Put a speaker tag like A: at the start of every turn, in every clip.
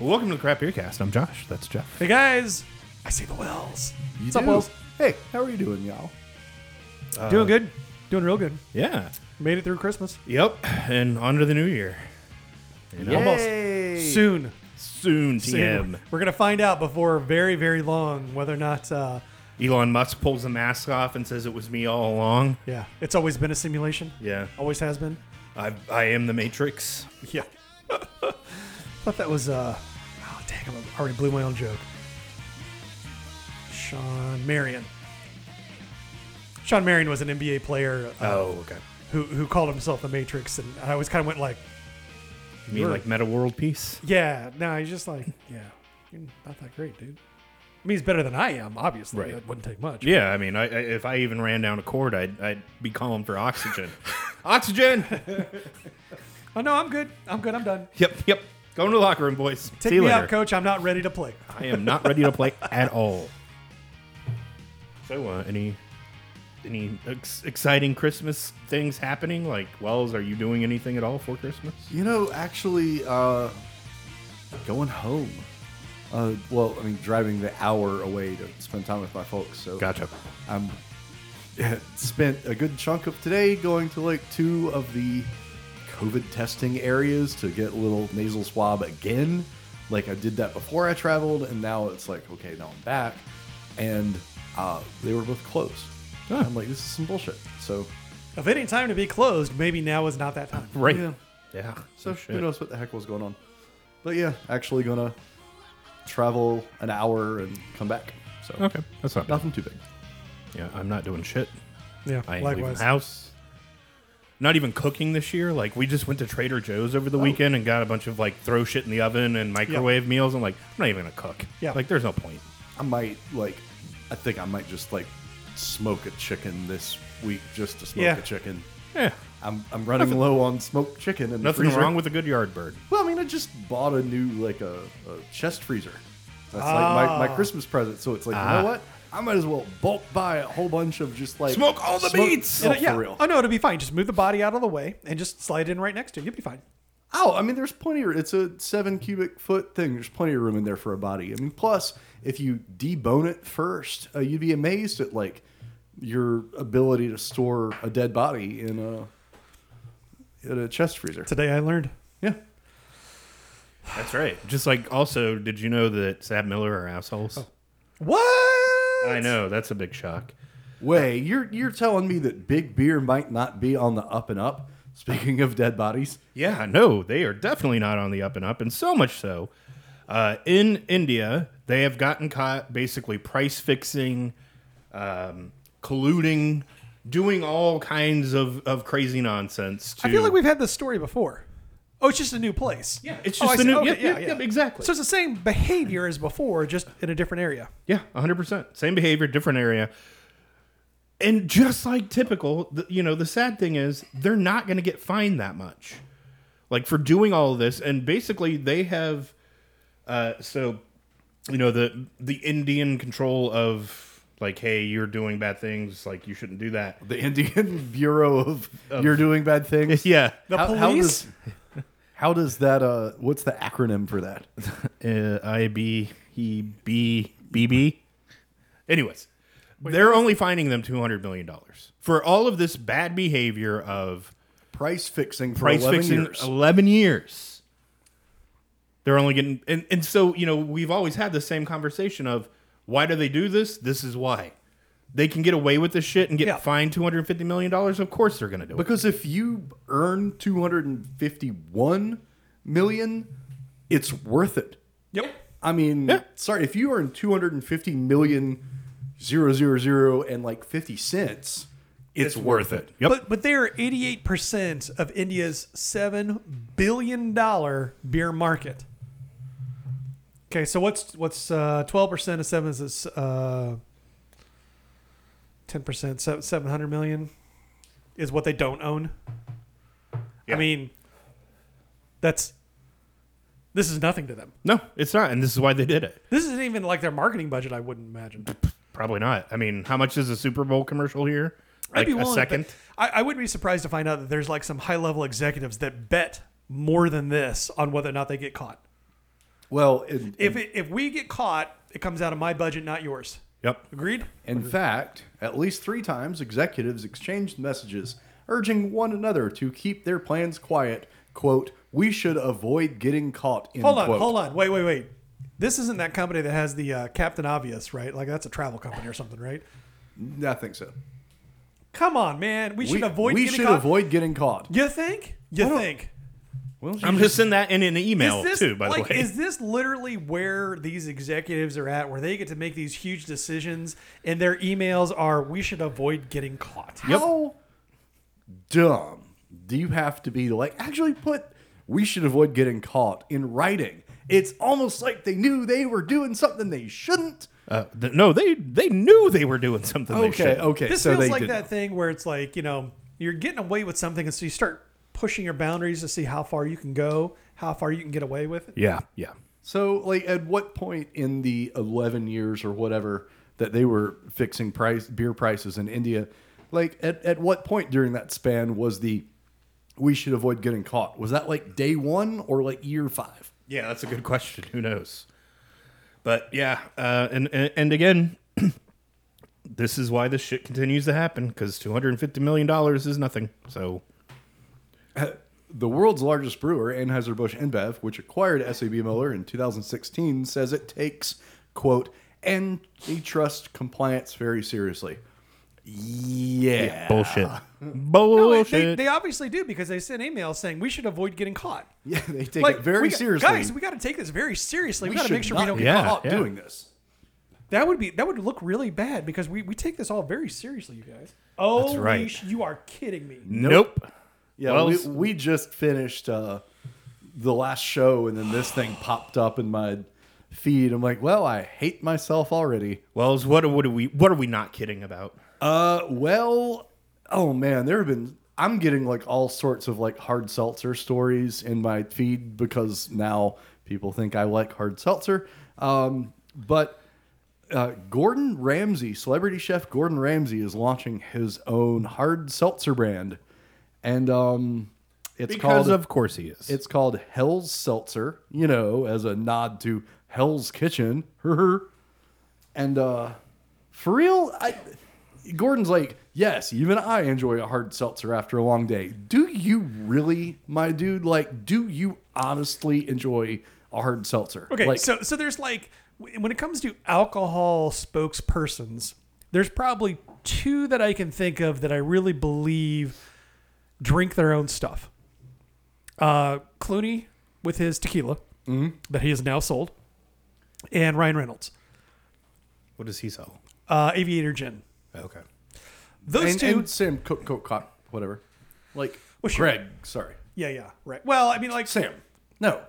A: Well, welcome to the Crap Beer Cast. I'm Josh. That's Jeff.
B: Hey guys, I see the wells.
C: You
B: What's up,
C: do.
B: Wells? Uh,
C: Hey, how are you doing, y'all? Uh,
B: doing good, doing real good.
A: Yeah.
B: Made it through Christmas.
A: Yep. And on to the new year. You know?
B: Almost soon.
A: Soon,
B: soon.
A: TM.
B: We're gonna find out before very, very long whether or not. Uh,
A: Elon Musk pulls the mask off and says it was me all along.
B: yeah, it's always been a simulation.
A: Yeah.
B: Always has been.
A: I, I am the Matrix.
B: Yeah. Thought that was uh oh dang I already blew my own joke. Sean Marion. Sean Marion was an NBA player uh,
A: Oh, okay.
B: who who called himself the Matrix, and I always kind of went like,
A: You mean
B: You're-
A: like Meta World Peace?
B: yeah, no, he's just like, yeah, you're not that great, dude. I mean, he's better than I am, obviously.
A: Right.
B: That wouldn't take much.
A: Yeah, I mean, I, I, if I even ran down a cord, I'd, I'd be calling for oxygen. oxygen!
B: Oh no, I'm good. I'm good. I'm done.
A: Yep, yep. Go into the locker room, boys.
B: Take
A: See you
B: me
A: later.
B: out, coach. I'm not ready to play.
A: I am not ready to play at all. So, uh, any any ex- exciting Christmas things happening? Like, Wells, are you doing anything at all for Christmas?
C: You know, actually, uh, going home. Uh, well, I mean, driving the hour away to spend time with my folks. So
A: Gotcha.
C: I'm spent a good chunk of today going to like two of the COVID testing areas to get a little nasal swab again. Like I did that before I traveled, and now it's like, okay, now I'm back, and uh, they were both closed.
A: Huh.
C: I'm like, this is some bullshit. So,
B: If any time to be closed, maybe now is not that time.
A: Right. Yeah.
C: Yeah. so who knows what the heck was going on? But yeah, actually gonna travel an hour and come back. So
A: Okay, that's not bad.
C: nothing too big.
A: Yeah, I'm not doing shit.
B: Yeah.
A: I ain't leaving
B: likewise.
A: the house. Not even cooking this year. Like, we just went to Trader Joe's over the weekend and got a bunch of like throw shit in the oven and microwave meals. I'm like, I'm not even gonna cook.
B: Yeah.
A: Like, there's no point.
C: I might like. I think I might just like smoke a chicken this week just to smoke
B: Yeah.
C: a chicken.
A: Yeah.
C: I'm I'm running low on smoked chicken and
A: Nothing wrong with a good yard bird.
C: Well, I mean, I just bought a new like a, a chest freezer. That's like my, my
B: Ah.
C: Christmas present. So it's like
A: Ah.
C: you know what? I might as well bulk buy a whole bunch of just like
A: Smoke all the meats!
C: Oh,
B: And, uh, yeah.
C: for real.
B: Oh no, it'll be fine. Just move the body out of the way and just slide it in right next to it. You'll be fine.
C: Oh, I mean, there's plenty. Of, it's a seven cubic foot thing. There's plenty of room in there for a body. I mean, plus if you debone it first, uh, you'd be amazed at like your ability to store a dead body in a in a chest freezer.
B: Today I learned.
C: Yeah.
A: That's right. Just like also, did you know that Sab Miller are assholes?
B: Oh. What?
A: I know that's a big shock.
C: Way you're you're telling me that big beer might not be on the up and up. Speaking of dead bodies,
A: Yeah, no, they are definitely not on the up and up, and so much so. Uh, in India, they have gotten caught basically price fixing, um, colluding, doing all kinds of, of crazy nonsense. To,
B: I feel like we've had this story before. Oh, it's just a new place.
A: Yeah, it's
B: Oh,
A: just
B: I
A: a
B: see.
A: new.
B: Okay,
A: yep, yep, yep, exactly.
B: So it's the same behavior as before, just in a different area.
A: Yeah, 100%. Same behavior, different area. And just like typical, the, you know, the sad thing is they're not going to get fined that much. Like for doing all of this and basically they have uh so you know the the Indian control of like hey, you're doing bad things, like you shouldn't do that.
C: the Indian Bureau of, You're Doing Bad Things.
A: Yeah.
B: The
C: How- how
B: police.
C: How does that? Uh, what's the acronym for that?
A: uh, I B E B B B. Anyways, they're only fining them two hundred million dollars for all of this bad behavior of
C: Price fixing for
A: price
C: 11
A: fixing
C: years.
A: 11 years they're only getting and, and so you know we've always had the same conversation of why do they do this this is why they can get away with this shit and get
B: Yeah.
A: fined 250 million dollars of course they're gonna do it
C: Because if you earn 251 million, it's worth it.
B: Yep.
C: I mean,
A: Yeah.
C: sorry, if you earn 250 million zero zero zero and like 50 cents, it's, worth it.
A: yep
B: But but they are 88% of India's 7 billion dollar beer market. Okay, so what's what's uh, 12% of 7 is uh, 10% so 700 million is what they don't own.
A: Yeah.
B: I mean that's this is nothing to them.
A: no it's not and this is why they did it
B: This isn't even like their marketing budget, I wouldn't imagine.
A: probably not i mean how much is a super bowl commercial here
B: I'd
A: like
B: be
A: a
B: willing,
A: second
B: but I, I wouldn't be surprised to find out that there's like some high level executives that bet more than this on whether or not they get caught.
C: Well, in,
B: If it, if we get caught, it comes out of my budget, not yours.
A: Yep.
B: Agreed?
C: in fact, at least three times, executives exchanged messages urging one another to keep their plans quiet. "Quote: We should avoid getting caught." End
B: Hold on,
C: quote.
B: hold on. Wait, wait, wait. This isn't that company that has the uh, Captain Obvious, right? Like that's a travel company or something, right?
C: I think so.
B: Come on, man. We should
C: we
B: avoid
C: we
B: getting
C: should
B: caught.
C: avoid getting caught.
B: You think? You think?
A: I'm just sending that in an email
B: Is this,
A: too. By
B: like,
A: the way,
B: is this literally where these executives are at, where they get to make these huge decisions, and their emails are, "We should avoid getting caught."
C: How dumb do you have to be to like actually put we should avoid getting caught in writing? It's almost like they knew they were doing something they shouldn't.
A: uh, th- no, they they knew they were doing something. they
C: Okay,
A: shouldn't.
C: okay.
B: This
C: so
B: feels
C: they
B: like
C: did.
B: that thing where it's like, you know, you're getting away with something, and so you start pushing your boundaries to see how far you can go, how far you can get away with it.
A: Yeah, yeah.
C: So, like, at what point in the eleven years or whatever that they were fixing price beer prices in India, like, at at what point during that span was the we should avoid getting caught? Was that like day one or like year five?
A: Yeah, that's a good question. Who knows? But yeah, uh, and, and and again, this is why this shit continues to happen because 250 million dollars is nothing. So
C: The world's largest brewer, Anheuser-Busch InBev, which acquired SAB Miller in 2016, says it takes, quote, antitrust compliance very seriously. Yeah.
A: bullshit,
B: No, they-
A: bullshit.
B: they, they obviously do because they sent emails saying we should avoid getting caught.
C: Yeah, they take
B: Like
C: it very
B: we got-
C: seriously.
B: guys. We got to take this very seriously. We, got to
C: should
B: make sure
C: not
B: we don't
C: be
B: get
A: Yeah,
C: caught
A: yeah.
C: doing this.
B: That would be that would look really bad because we, we take this all very seriously, you guys. Oh,
A: That's right.
B: Leash, you are kidding me.
A: nope.
C: Yeah,
A: Well,
C: we,
A: s-
C: we just finished uh, the last show, and then this thing popped up in my feed. I'm like, well, I hate myself already.
A: Wells, what are- what are we what are we not kidding about?
C: Uh, well, oh man, there have been. I'm getting like all sorts of like hard seltzer stories in my feed because now people think I like hard seltzer. Um, but uh, Gordon Ramsay, celebrity chef Gordon Ramsay, is launching his own hard seltzer brand, and um, it's
A: Because
C: called
A: of course he is.
C: it's called Hell's Seltzer, you know, as a nod to Hell's Kitchen. and uh for real, I Gordon's like, yes, even I enjoy a hard seltzer after a long day. Do you really, my dude? Like, do you honestly enjoy a hard seltzer?
B: Okay,
C: like,
B: so so there's like w- when it comes to alcohol spokespersons, there's probably two that I can think of that I really believe drink their own stuff. Uh, Clooney with his tequila
C: Mm-hmm.
B: that he has now sold, and Ryan Reynolds,
A: what does he sell?
B: uh, Aviator Gin.
A: Okay.
B: Those
C: and,
B: two,
C: and Sam Cook, Cook, Cook, whatever. Like,
B: Well, sure.
C: Greg, sorry,
B: yeah, yeah, right. Well, I mean, like
C: Sam, no,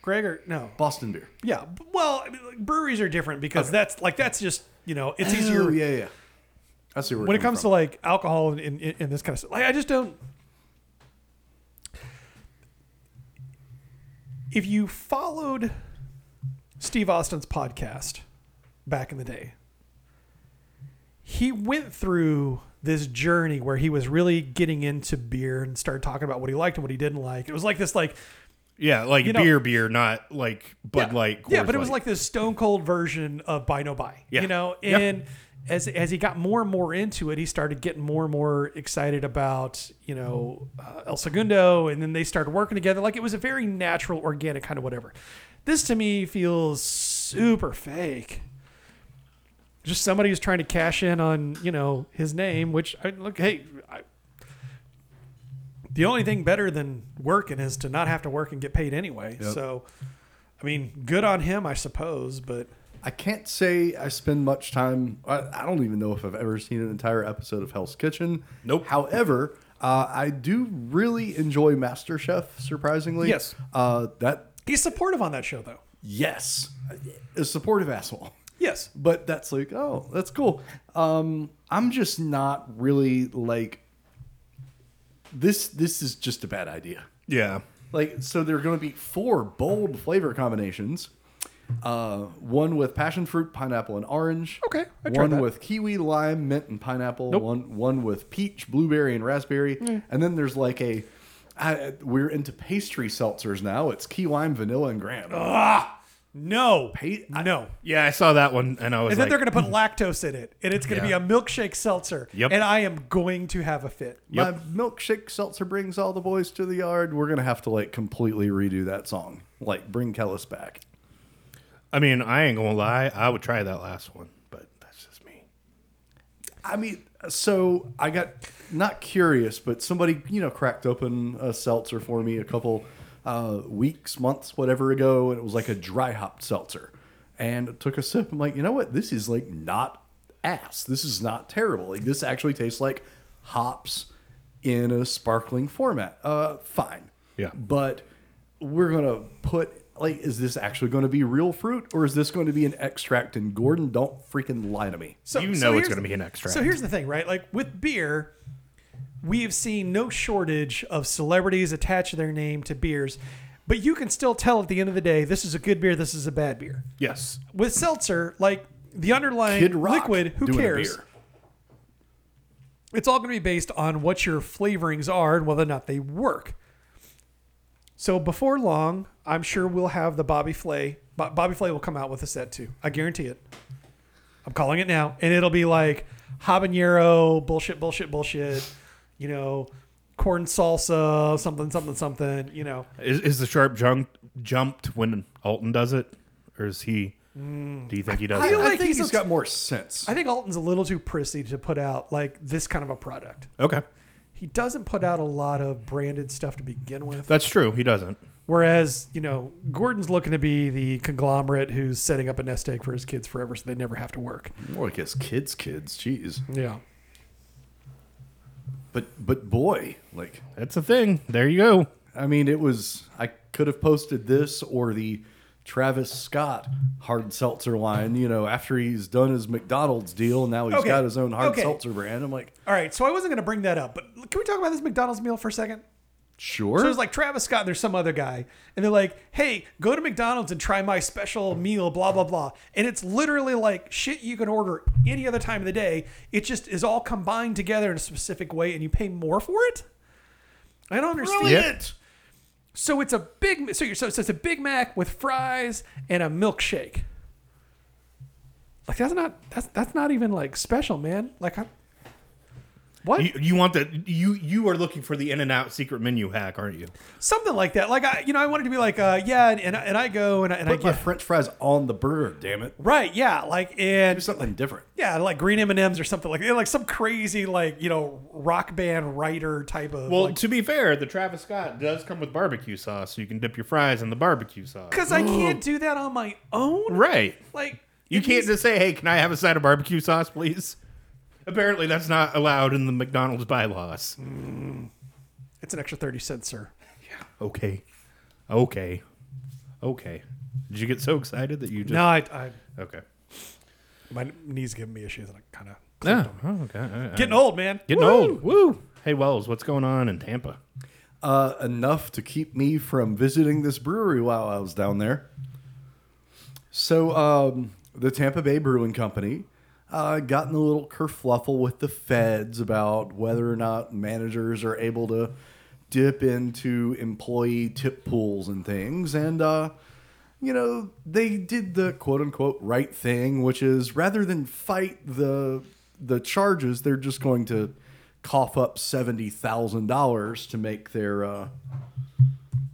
B: Greg or no,
C: Boston beer.
B: Yeah. b- Well, I mean, like, breweries are different because that's like that's just you know it's easier
C: Oh, yeah, yeah. I see where
B: when it comes to like alcohol and, and, and this kind of stuff. Like I just don't. If you followed Steve Austin's podcast back in the day, he went through this journey where he was really getting into beer and started talking about what he liked and what he didn't like. It was like this like
A: Yeah, like
B: know-
A: beer, beer, not like Bud Light.
B: yeah,
A: Coors
B: but it was
A: Light.
B: like this stone cold version of Buy No Buy.
A: Yeah.
B: You know,
A: Yeah.
B: and as as he got more and more into it, he started getting more and more excited about you know uh, El Segundo, and then they started working together. Like it was a very natural, organic kind of whatever. This to me feels super fake. Just somebody who's trying to cash in on you know his name, which I look hey. I, the only thing better than working is to not have to work and get paid anyway. So, I mean, good on him, I suppose, but
C: I can't say I spend much time. I, I don't even know if I've ever seen an entire episode of Hell's Kitchen.
A: Nope.
C: However, uh, I do really enjoy MasterChef. Surprisingly,
B: Yes.
C: Uh, that
B: he's supportive on that show, though.
C: yes, a supportive asshole.
B: Yes.
C: But that's like, oh, that's cool. Um, I'm just not really like this. This is just a bad idea.
A: yeah,
C: Like, so there are going to be four bold flavor combinations. Uh, one with passion fruit, pineapple, and orange.
B: Okay, I tried
C: one
B: that.
C: with kiwi, lime, mint, and pineapple. One one with peach, blueberry, and raspberry.
B: Mm.
C: And then there's like a I, we're into pastry seltzers now. It's key lime, vanilla, and graham.
B: No,
C: Pay- I-
B: no.
A: Yeah, I saw that one, and I was like,
B: And then they're going to put lactose in it, and it's going to
C: Yeah.
B: be a milkshake seltzer.
A: Yep.
B: And I am going to have a fit.
A: Yep.
C: My milkshake seltzer brings all the boys to the yard. We're gonna have to like completely redo that song. Like bring Kellis back.
A: I mean, I ain't gonna lie, I would try that last one, but that's just me.
C: I mean, so I got not curious, but somebody you know cracked open a seltzer for me a couple uh, weeks, months, whatever ago, and it was like a dry hopped seltzer. And I took a sip. I'm like, you know what? This is like not ass. This is not terrible. Like this actually tastes like hops in a sparkling format. Uh, fine.
A: Yeah.
C: But we're gonna put like, is this actually going to be real fruit or is this going to be an extract? And Gordon, don't freaking lie to me.
B: So
A: You
B: so
A: know it's
B: here's-
A: gonna be an extract.
B: So here's the thing, right? Like with beer, we have seen no shortage of celebrities attach their name to beers, but you can still tell at the end of the day this is a good beer, this is a bad beer.
A: Yes,
B: With seltzer, like the underlying
C: Kid Rock
B: liquid, who
C: doing a
B: cares?
C: beer.
B: It's all going to be based on what your flavorings are and whether or not they work. So before long, I'm sure we'll have the Bobby Flay. Bo- Bobby Flay will come out with a set too. I guarantee it. I'm calling it now, and it'll be like habanero bullshit, bullshit, bullshit. You know, corn salsa, something, something, something. You know,
A: is, is the sharp jump jumped when Alton does it, or is he? Do you think he does?
B: I
A: that?
B: feel
C: I
B: like
C: think
B: he's
C: he's
B: a-
C: got more sense.
B: I think Alton's a little too prissy to put out like this kind of a product.
A: okay,
B: He doesn't put out a lot of branded stuff to begin with.
A: that's true. He doesn't.
B: Whereas, you know, Gordon's looking to be the conglomerate who's setting up a nest egg for his kids forever so they never have to work.
C: More like his kids, kids. Jeez.
B: Yeah.
C: But but boy, like
A: That's a thing. There you go.
C: I mean, it was. I could have posted this or the Travis Scott hard seltzer line. You know, after he's done his McDonald's deal, now he's
B: Okay.
C: got his own hard
B: Okay.
C: seltzer brand. I'm like,
B: All right. So I wasn't going to bring that up, but can we talk about this McDonald's meal for a second?
C: sure.
B: So it was like Travis Scott and there's some other guy, and they're like, hey, go to McDonald's and try my special meal, blah, blah, blah. And it's literally like shit you can order any other time of the day. It just is all combined together in a specific way, and you pay more for it? I don't understand.
A: Brilliant.
B: So it's a big so you're so, so it's a Big Mac with fries and a milkshake. Like that's not that's that's not even like special, man. Like I what?
A: You, you want the you you are looking for the in and out secret menu hack, aren't you?
B: Something like that. Like I you know I wanted to be like uh yeah and and, I- and I go and I, and I
C: Put my
B: get
C: French fries on the burger. Damn it.
B: right yeah like
C: Do
B: and
C: something different.
B: yeah like green M and M's or something like that. like some crazy like you know rock band writer type of
A: Well,
B: like,
A: to be fair, the Travis Scott does come with barbecue sauce, so you can dip your fries in the barbecue sauce.
B: because I can't do that on my own.
A: Right.
B: Like
A: You
B: it
A: can't
B: needs-
A: just say, "Hey, can I have a side of barbecue sauce, please?" Apparently, that's not allowed in the McDonald's bylaws.
B: It's an extra thirty cents, sir.
A: Okay, okay, okay. Did you get so excited that you just
B: No, I, I
A: okay?
B: my knees giving me issues and I kind of
A: No, oh, okay. I- I-
B: Getting old, man.
A: getting
B: Woo!
A: old. Woo! Hey, Wells, what's going on in Tampa?
C: Uh, enough to keep me from visiting this brewery while I was down there. So um, the Tampa Bay Brewing Company uh, got in a little kerfluffle with the feds about whether or not managers are able to dip into employee tip pools and things. And, uh, you know, they did the quote unquote right thing, which is rather than fight the the charges, they're just going to cough up $70,000 to make their uh,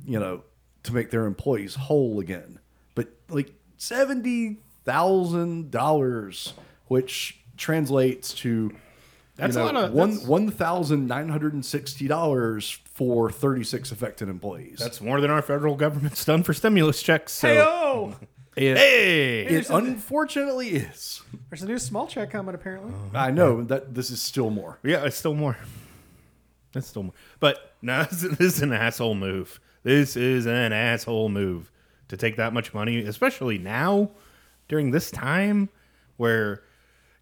C: you know, to make their employees whole again. But like seventy thousand dollars, which translates to
A: That's a
C: you know,
A: lot of-
C: one
A: that's-
C: one thousand nine hundred and sixty dollars for thirty six affected employees.
A: That's more than our federal government's done for stimulus checks. So.
B: Hey-o!
C: it,
A: Hey!
C: it unfortunately is.
B: There's a new small check coming, apparently.
C: I know that this is still more.
A: Yeah, it's still more. It's still more. But no, this is, this is an asshole move. This is an asshole move to take that much money, especially now during this time where,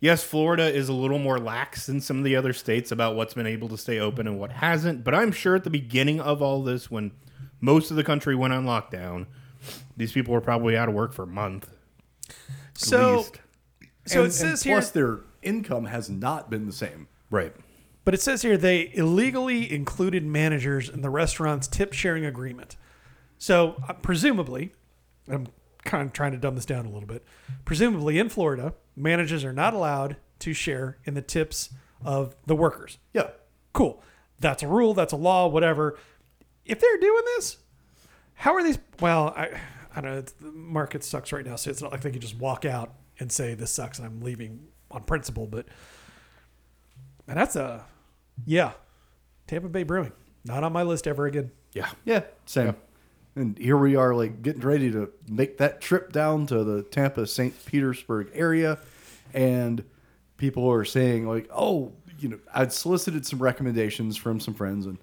A: yes, Florida is a little more lax than some of the other states about what's been able to stay open and what hasn't. But I'm sure at the beginning of all this, when most of the country went on lockdown, these people were probably out of work for a month.
B: So,
A: least.
B: so
C: And-
B: it
C: and
B: says here,
C: plus their income has not been the same.
A: Right.
B: but it says here they illegally included managers in the restaurant's tip sharing agreement. So uh, presumably, I'm kind of trying to dumb this down a little bit. Presumably in Florida, managers are not allowed to share in the tips of the workers.
C: Yeah.
B: Cool. That's a rule, that's a law, whatever. If they're doing this, how are these? Well, I, I don't know. It's, the market sucks right now, so it's not like they can just walk out and say this sucks and I'm leaving on principle. But man, that's a yeah, Tampa Bay Brewing not on my list ever again.
A: Yeah.
C: Yeah, same. And here we are, like getting ready to make that trip down to the Tampa St. Petersburg area, and people are saying like, "Oh, you know," I'd solicited some recommendations from some friends and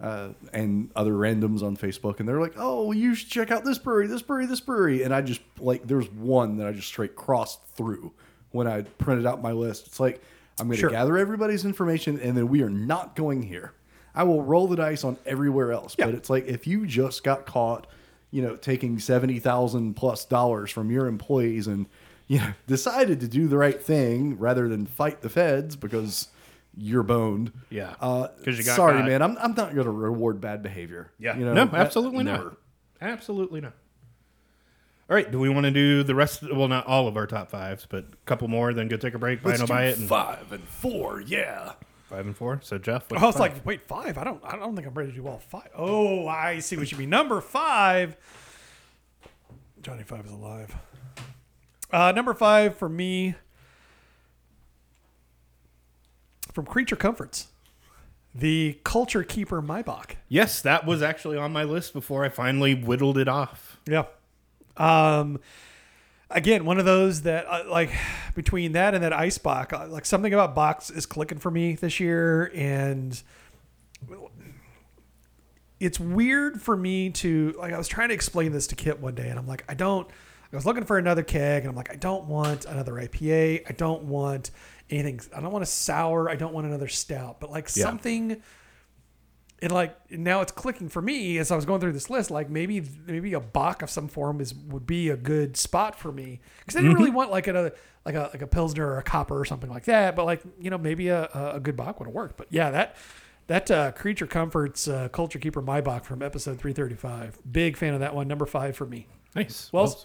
C: uh, and other randoms on Facebook, and they're like, "Oh, you should check out this brewery, this brewery, this brewery," and I just like, there's one that I just straight crossed through when I printed out my list. It's like I'm going to
B: Sure.
C: gather everybody's information, and then we are not going here. I will roll the dice on everywhere else. But it's like if you just got caught, you know, taking seventy thousand plus dollars from your employees and you know decided to do the right thing rather than fight the feds because you're boned.
A: Yeah.
C: Uh,
A: 'Cause you got
C: sorry,
A: caught.
C: man. I'm, I'm not going to reward bad behavior.
A: Yeah.
C: You know,
A: no,
C: that-
A: absolutely
C: never.
A: not. Absolutely not. All right. Do we want to do the rest? well, not all of our top fives, but a couple more. Then go take a break.
C: Let's
A: Final
C: do
A: buy it and
C: five and four. Yeah.
A: five and four. So Jeff,
C: Oh,
B: I was like, wait, five? I don't, I don't think I'm ready to do all five. Oh, I see what you mean. Number five, Johnny Five is alive. Uh, number five for me, from Creature Comforts, the Culture Keeper Maybach.
A: yes, that was actually on my list before I finally whittled it off.
B: Yeah. Um, again, one of those that uh, like between that and that ice box, uh, like something about box is clicking for me this year, and it's weird for me to like. I was trying to explain this to Kit one day, and I'm like, I don't. I was looking for another keg, and I'm like, I don't want another IPA. I don't want anything. I don't want a sour. I don't want another stout. But like
A: Yeah.
B: something and like now it's clicking for me as I was going through this list. Like maybe maybe a Bach of some form is would be a good spot for me because I didn't really want like another like a like a Pilsner or a Copper or something like that. But like you know maybe a, a- a good Bach would have worked. But yeah, that that uh, Creature Comforts uh, Culture Keeper My Bach from episode three thirty five. Big fan of that one. Number five for me.
A: Nice.
B: Well,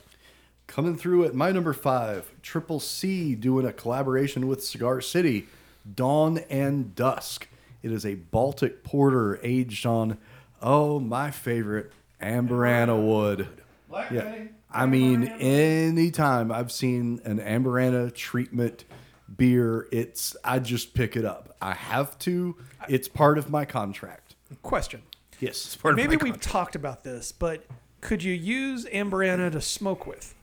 C: Coming through at my number five, Triple C doing a collaboration with Cigar City, Dawn and Dusk. It is a Baltic porter aged on, oh, my favorite, Amberana wood. Yeah. I mean, anytime I've seen an Amberana treatment beer, it's I just pick it up. I have to. It's part of my contract.
B: Question.
C: Yes.
A: Part of
B: Maybe
A: my
B: we've
A: con-
B: talked about this, but could you use amberana to smoke with?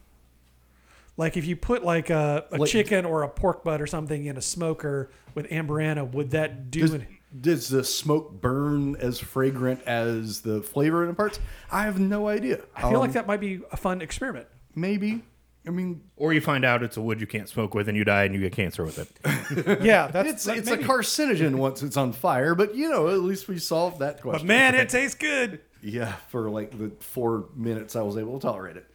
B: Like if you put like a, a
C: Like-
B: chicken or a pork butt or something in a smoker with amberana, would that do
C: Does,
B: it?
C: does the smoke burn as fragrant as the flavor it imparts? I have no idea. Um,
B: I feel like that might be a fun experiment.
C: Maybe. I mean,
A: or you find out it's a wood you can't smoke with, and you die, and you get cancer with it.
B: Yeah, that's
C: it's
B: that
C: it's
B: maybe.
C: a carcinogen once it's on fire, but you know, at least we solved that
B: But
C: question.
B: man, it tastes good.
C: yeah, for like the four minutes I was able to tolerate it.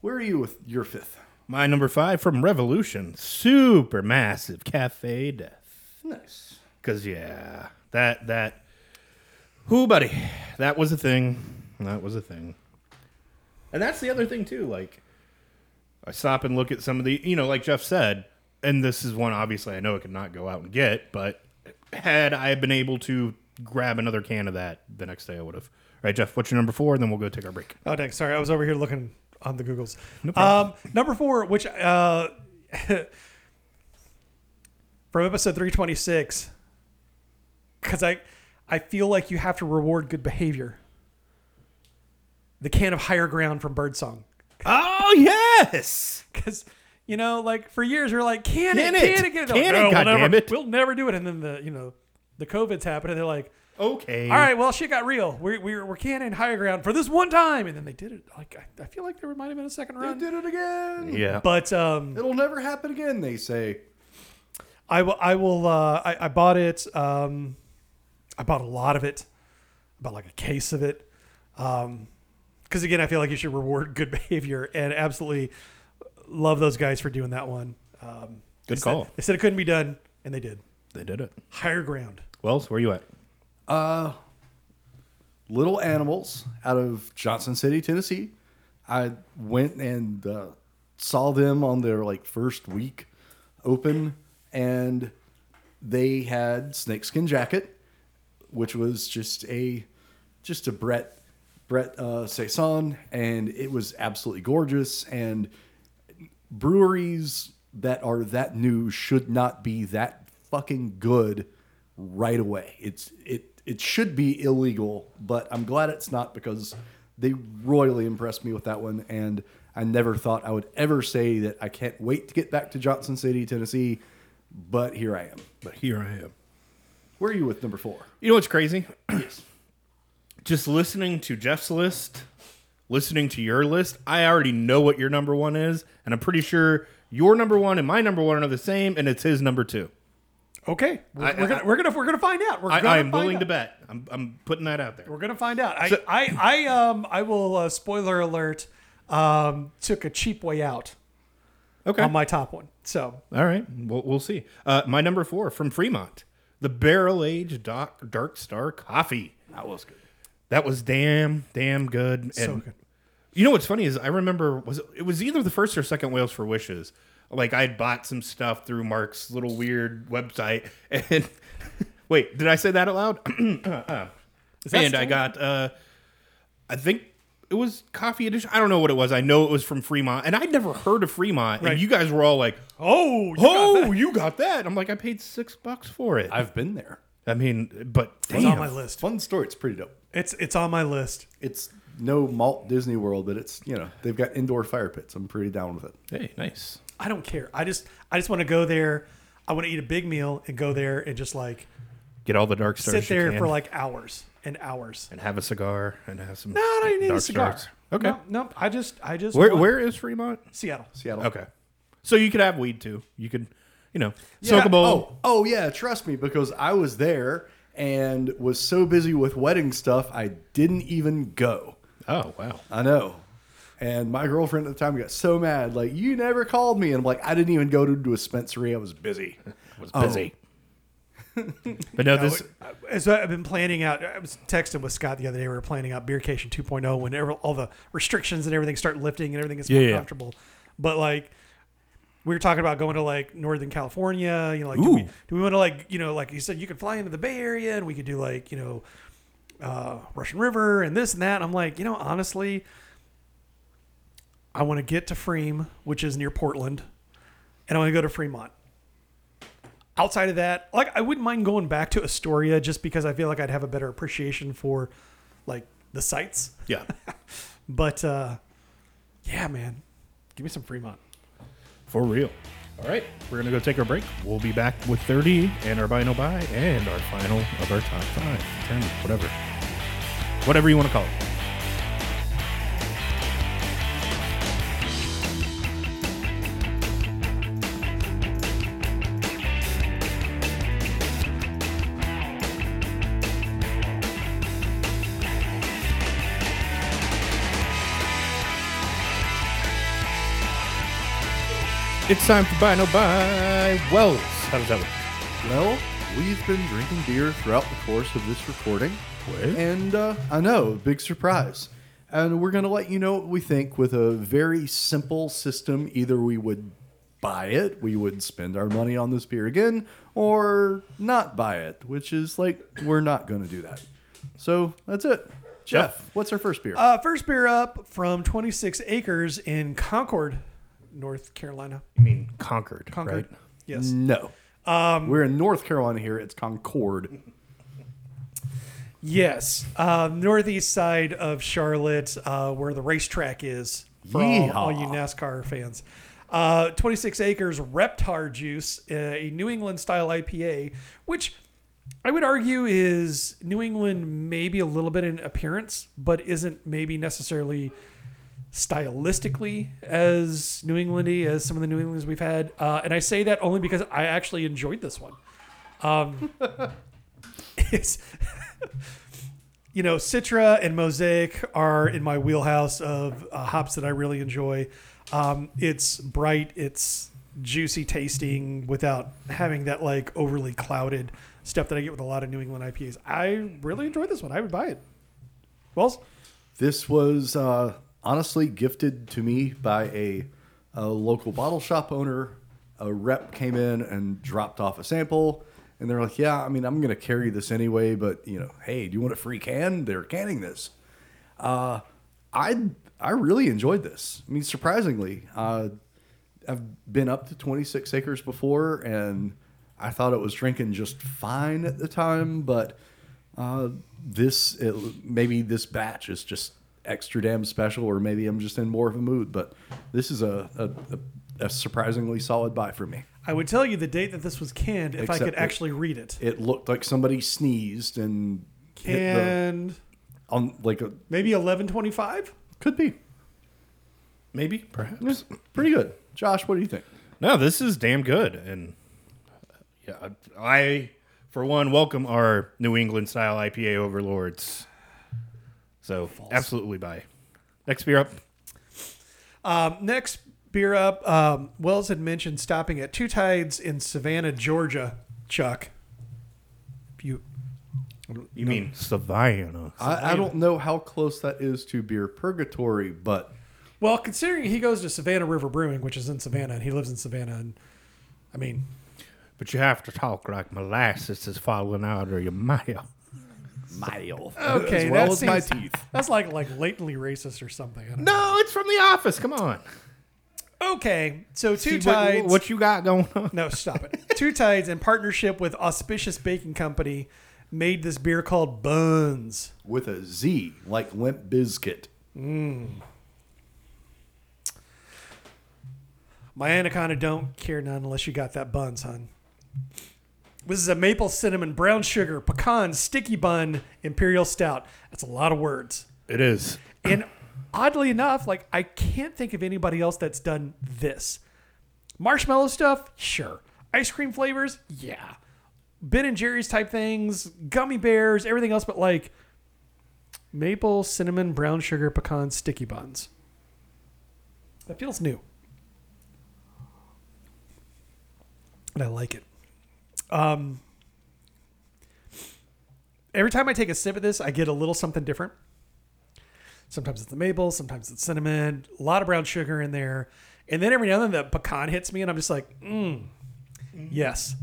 C: Where are you with your fifth?
A: my number five from Revolution, super massive cafe death.
C: Nice.
A: Cause yeah, that that, who buddy, that was a thing. That was a thing. And that's the other thing too. Like, I stop and look at some of the, you know, like Jeff said, and this is one obviously I know I could not go out and get, but had I been able to grab another can of that the next day, I would have. All right, Jeff, what's your number four? And then we'll go take our break.
B: Oh dang, sorry, I was over here looking on the Googles. um, number four, which uh, from episode three twenty six, because I I feel like you have to reward good behavior. The can of higher ground from Birdsong,
A: Oh yes,
B: because you know, like for years we're like, can,
A: Can
B: it,
A: it?
B: can it, get
A: Can it,
B: we'll
A: goddamn
B: never-
A: it."
B: we'll never do it, and then the you know, the COVID's happened, and they're like,
A: okay.
B: all right, well, shit got real. We're, we're, we're canning higher ground for this one time. And then they did it. Like, I, I feel like there might have been a second
C: You
B: round.
C: did it again.
A: Yeah.
B: But um,
C: It'll never happen again, they say.
B: I will, I will, uh, I, I bought it. Um, I bought a lot of it. I bought like a case of it. Um, cause again, I feel like you should reward good behavior and absolutely love those guys for doing that one. Um,
A: Good
B: they said-
A: call.
B: they said it couldn't be done and they did.
A: they did it.
B: Higher ground.
A: Wells, where you at?
C: Uh, Little Animals out of Johnson City, Tennessee. I went and uh, saw them on their like first week open, and they had snakeskin jacket, which was just a just a Brett Brett uh, saison, and it was absolutely gorgeous. And breweries that are that new should not be that fucking good right away. It's it it should be illegal, but I'm glad it's not because they royally impressed me with that one and I never thought I would ever say that I can't wait to get back to Johnson City, Tennessee, but here I am.
A: But here I am.
C: Where are you with number 4?
A: You know what's crazy? Just listening to Jeff's list, listening to your list, I already know what your number one is, and I'm pretty sure your number one and my number one are the same, and it's his number two.
B: Okay, we're,
A: I-
B: we're gonna we're gonna we're gonna find out. We're
A: I,
B: gonna
A: I am
B: find
A: willing
B: out.
A: to bet. I'm, I'm putting that out there.
B: We're gonna find out. I I, I um I will uh, spoiler alert. Um, took a cheap way out
A: Okay.
B: on my top one. So
A: All right, we'll, we'll see. Uh, my number four from Fremont, the Barrel Age Doc Dark Star Coffee.
C: That was good.
A: That was damn, damn good. And
B: So good.
A: You know what's funny is I remember was it, it was either the first or second Whales for Wishes. Like I bought some stuff through Mark's little weird website, and wait, did I say that out loud? Uh,
B: that
A: and I
B: still-
A: got, uh, I think it was coffee edition. I don't know what it was. I know it was from Fremont, and I'd never heard of Fremont.
B: Right.
A: And you guys were all like,
B: oh
A: oh, you got that. I'm like, I paid six bucks for it. I,
C: I've been there.
A: mean, but
B: it's
A: damn.
B: on my list.
C: Fun story, it's pretty dope.
B: It's it's on my list.
C: It's no malt Disney World, but it's, you know, they've got indoor fire pits. I'm pretty down with it.
A: hey, nice.
B: I don't care. I just I just want to go there. I want to eat a big meal and go there and just like
A: Get all the dark stars.
B: sit
A: you
B: there
A: can
B: for like hours and hours.
A: and have a cigar and have some.
B: No, I don't even need a
A: dark
B: cigar.
A: stars. Okay.
B: No, no, I just I just
A: Where
B: want-
A: where is Fremont?
B: Seattle.
C: Seattle.
A: Okay. So you could have weed too. You could, you know,
C: Yeah,
A: soak a bowl.
C: Oh, oh yeah, trust me, because I was there and was so busy with wedding stuff I didn't even go.
A: Oh, wow.
C: I know. And my girlfriend at the time got so mad, like, you never called me. And I'm like, I didn't even go to a dispensary. I was busy.
A: was
C: Oh.
A: busy. but no, this
B: I- as I've been planning out, I was texting with Scott the other day. We were planning out Beercation 2.0 whenever oh all the restrictions and everything start lifting and everything gets more
A: Yeah, yeah.
B: comfortable. But like, we were talking about going to like Northern California. You know, like, do we,
A: Ooh.
B: do we want to like, you know, like he said, you could fly into the Bay Area and we could do like, you know, uh, Russian River and this and that. And I'm like, you know, honestly, I want to get to Freem, which is near Portland, and I want to go to Fremont. Outside of that, like I wouldn't mind going back to Astoria just because I feel like I'd have a better appreciation for like the sights.
A: yeah.
B: But uh, yeah, man, give me some Fremont.
A: For real. All right. We're going to go take our break. We'll be back with 30 and our buy no buy and our final of our top five, 10, whatever. Whatever you want to call it. It's time for buy no buy. Wells. How does that look?
C: Well, we've been drinking beer throughout the course of this recording.
A: What?
C: And uh, I know, big surprise. And we're going to let you know what we think with a very simple system. Either we would buy it, we would spend our money on this beer again, or not buy it, which is like, we're not going to do that. So that's it. Jeff, what's our first beer?
B: Uh, first beer up from 26 Acres in Concord, North Carolina.
A: I mean, Concord.
B: Concord.
A: Right?
B: Yes.
C: No. Um, We're in North Carolina here. It's Concord.
B: Yes, um, northeast side of Charlotte, uh, where the racetrack is for all,
C: Yeehaw.
B: all you NASCAR fans. Uh, 26 acres Reptar Juice, uh, a New England style IPA, which I would argue is New England maybe a little bit in appearance, but isn't maybe necessarily stylistically as New Englandy as some of the New Englands we've had. Uh, and I say that only because I actually enjoyed this one. Um, it's you know, Citra and Mosaic are in my wheelhouse of uh, hops that I really enjoy. Um, it's bright, it's juicy tasting without having that like overly clouded stuff that I get with a lot of New England IPAs. I really enjoyed this one. I would buy it. Wells,
C: This was uh, honestly gifted to me by a, a local bottle shop owner. A rep came in and dropped off a sample, and they're like, "Yeah, I mean, I'm going to carry this anyway, but you know, hey, do you want a free can? They're canning this." Uh, I I really enjoyed this. I mean, surprisingly, uh, I've been up to 26 acres before, and I thought it was drinking just fine at the time. But uh, this it, maybe this batch is just extra damn special, or maybe I'm just in more of a mood. But this is a a, a, a surprisingly solid buy for me.
B: I would tell you the date that this was canned if I
C: Except
B: could
C: that-
B: actually read it.
C: It looked like somebody sneezed and hit the,
B: Canned
C: on like a
B: maybe 1125?
C: could be
A: Maybe, perhaps.
C: It's pretty good. Josh, what do you think?
A: No, this is damn good, and yeah, I for one welcome our New England style IPA overlords. So absolutely buy. Next beer up.
B: Um, next beer up, um, Wells had mentioned stopping at Two Tides in Savannah, Georgia. Chuck, if you
A: You mean Savannah?
C: I, I don't know how close that is to beer purgatory, but
B: well, considering he goes to Savannah River Brewing, which is in Savannah, and he lives in Savannah, and I mean,
A: But you have to talk like molasses is falling out of your mouth.
C: mile.
B: Okay,
C: as well
B: that
C: as my
B: seems-
C: teeth.
B: that's like like latently racist or something. I don't know.
A: No, it's from The Office. Come on.
B: Okay, so Two
A: See, what-
B: Tides.
A: what you got going on?
B: No, stop it. Two Tides, in partnership with Auspicious Baking Company, made this beer called Buns.
C: With a Z, like Limp Bizkit.
B: My anaconda don't care none unless you got that buns, hun. This is a maple cinnamon brown sugar pecan sticky bun imperial stout. That's a lot of words.
A: It is.
B: And oddly enough, like I can't think of anybody else that's done this. Marshmallow stuff, sure. Ice cream flavors, yeah. Ben and Jerry's type things, gummy bears, everything else, but like maple, cinnamon, brown sugar, pecan, sticky buns. That feels new. And I like it. Um, every time I take a sip of this, I get a little something different. Sometimes it's the maple, sometimes it's cinnamon, a lot of brown sugar in there. And then every now and then the pecan hits me and I'm just like, mm, yes.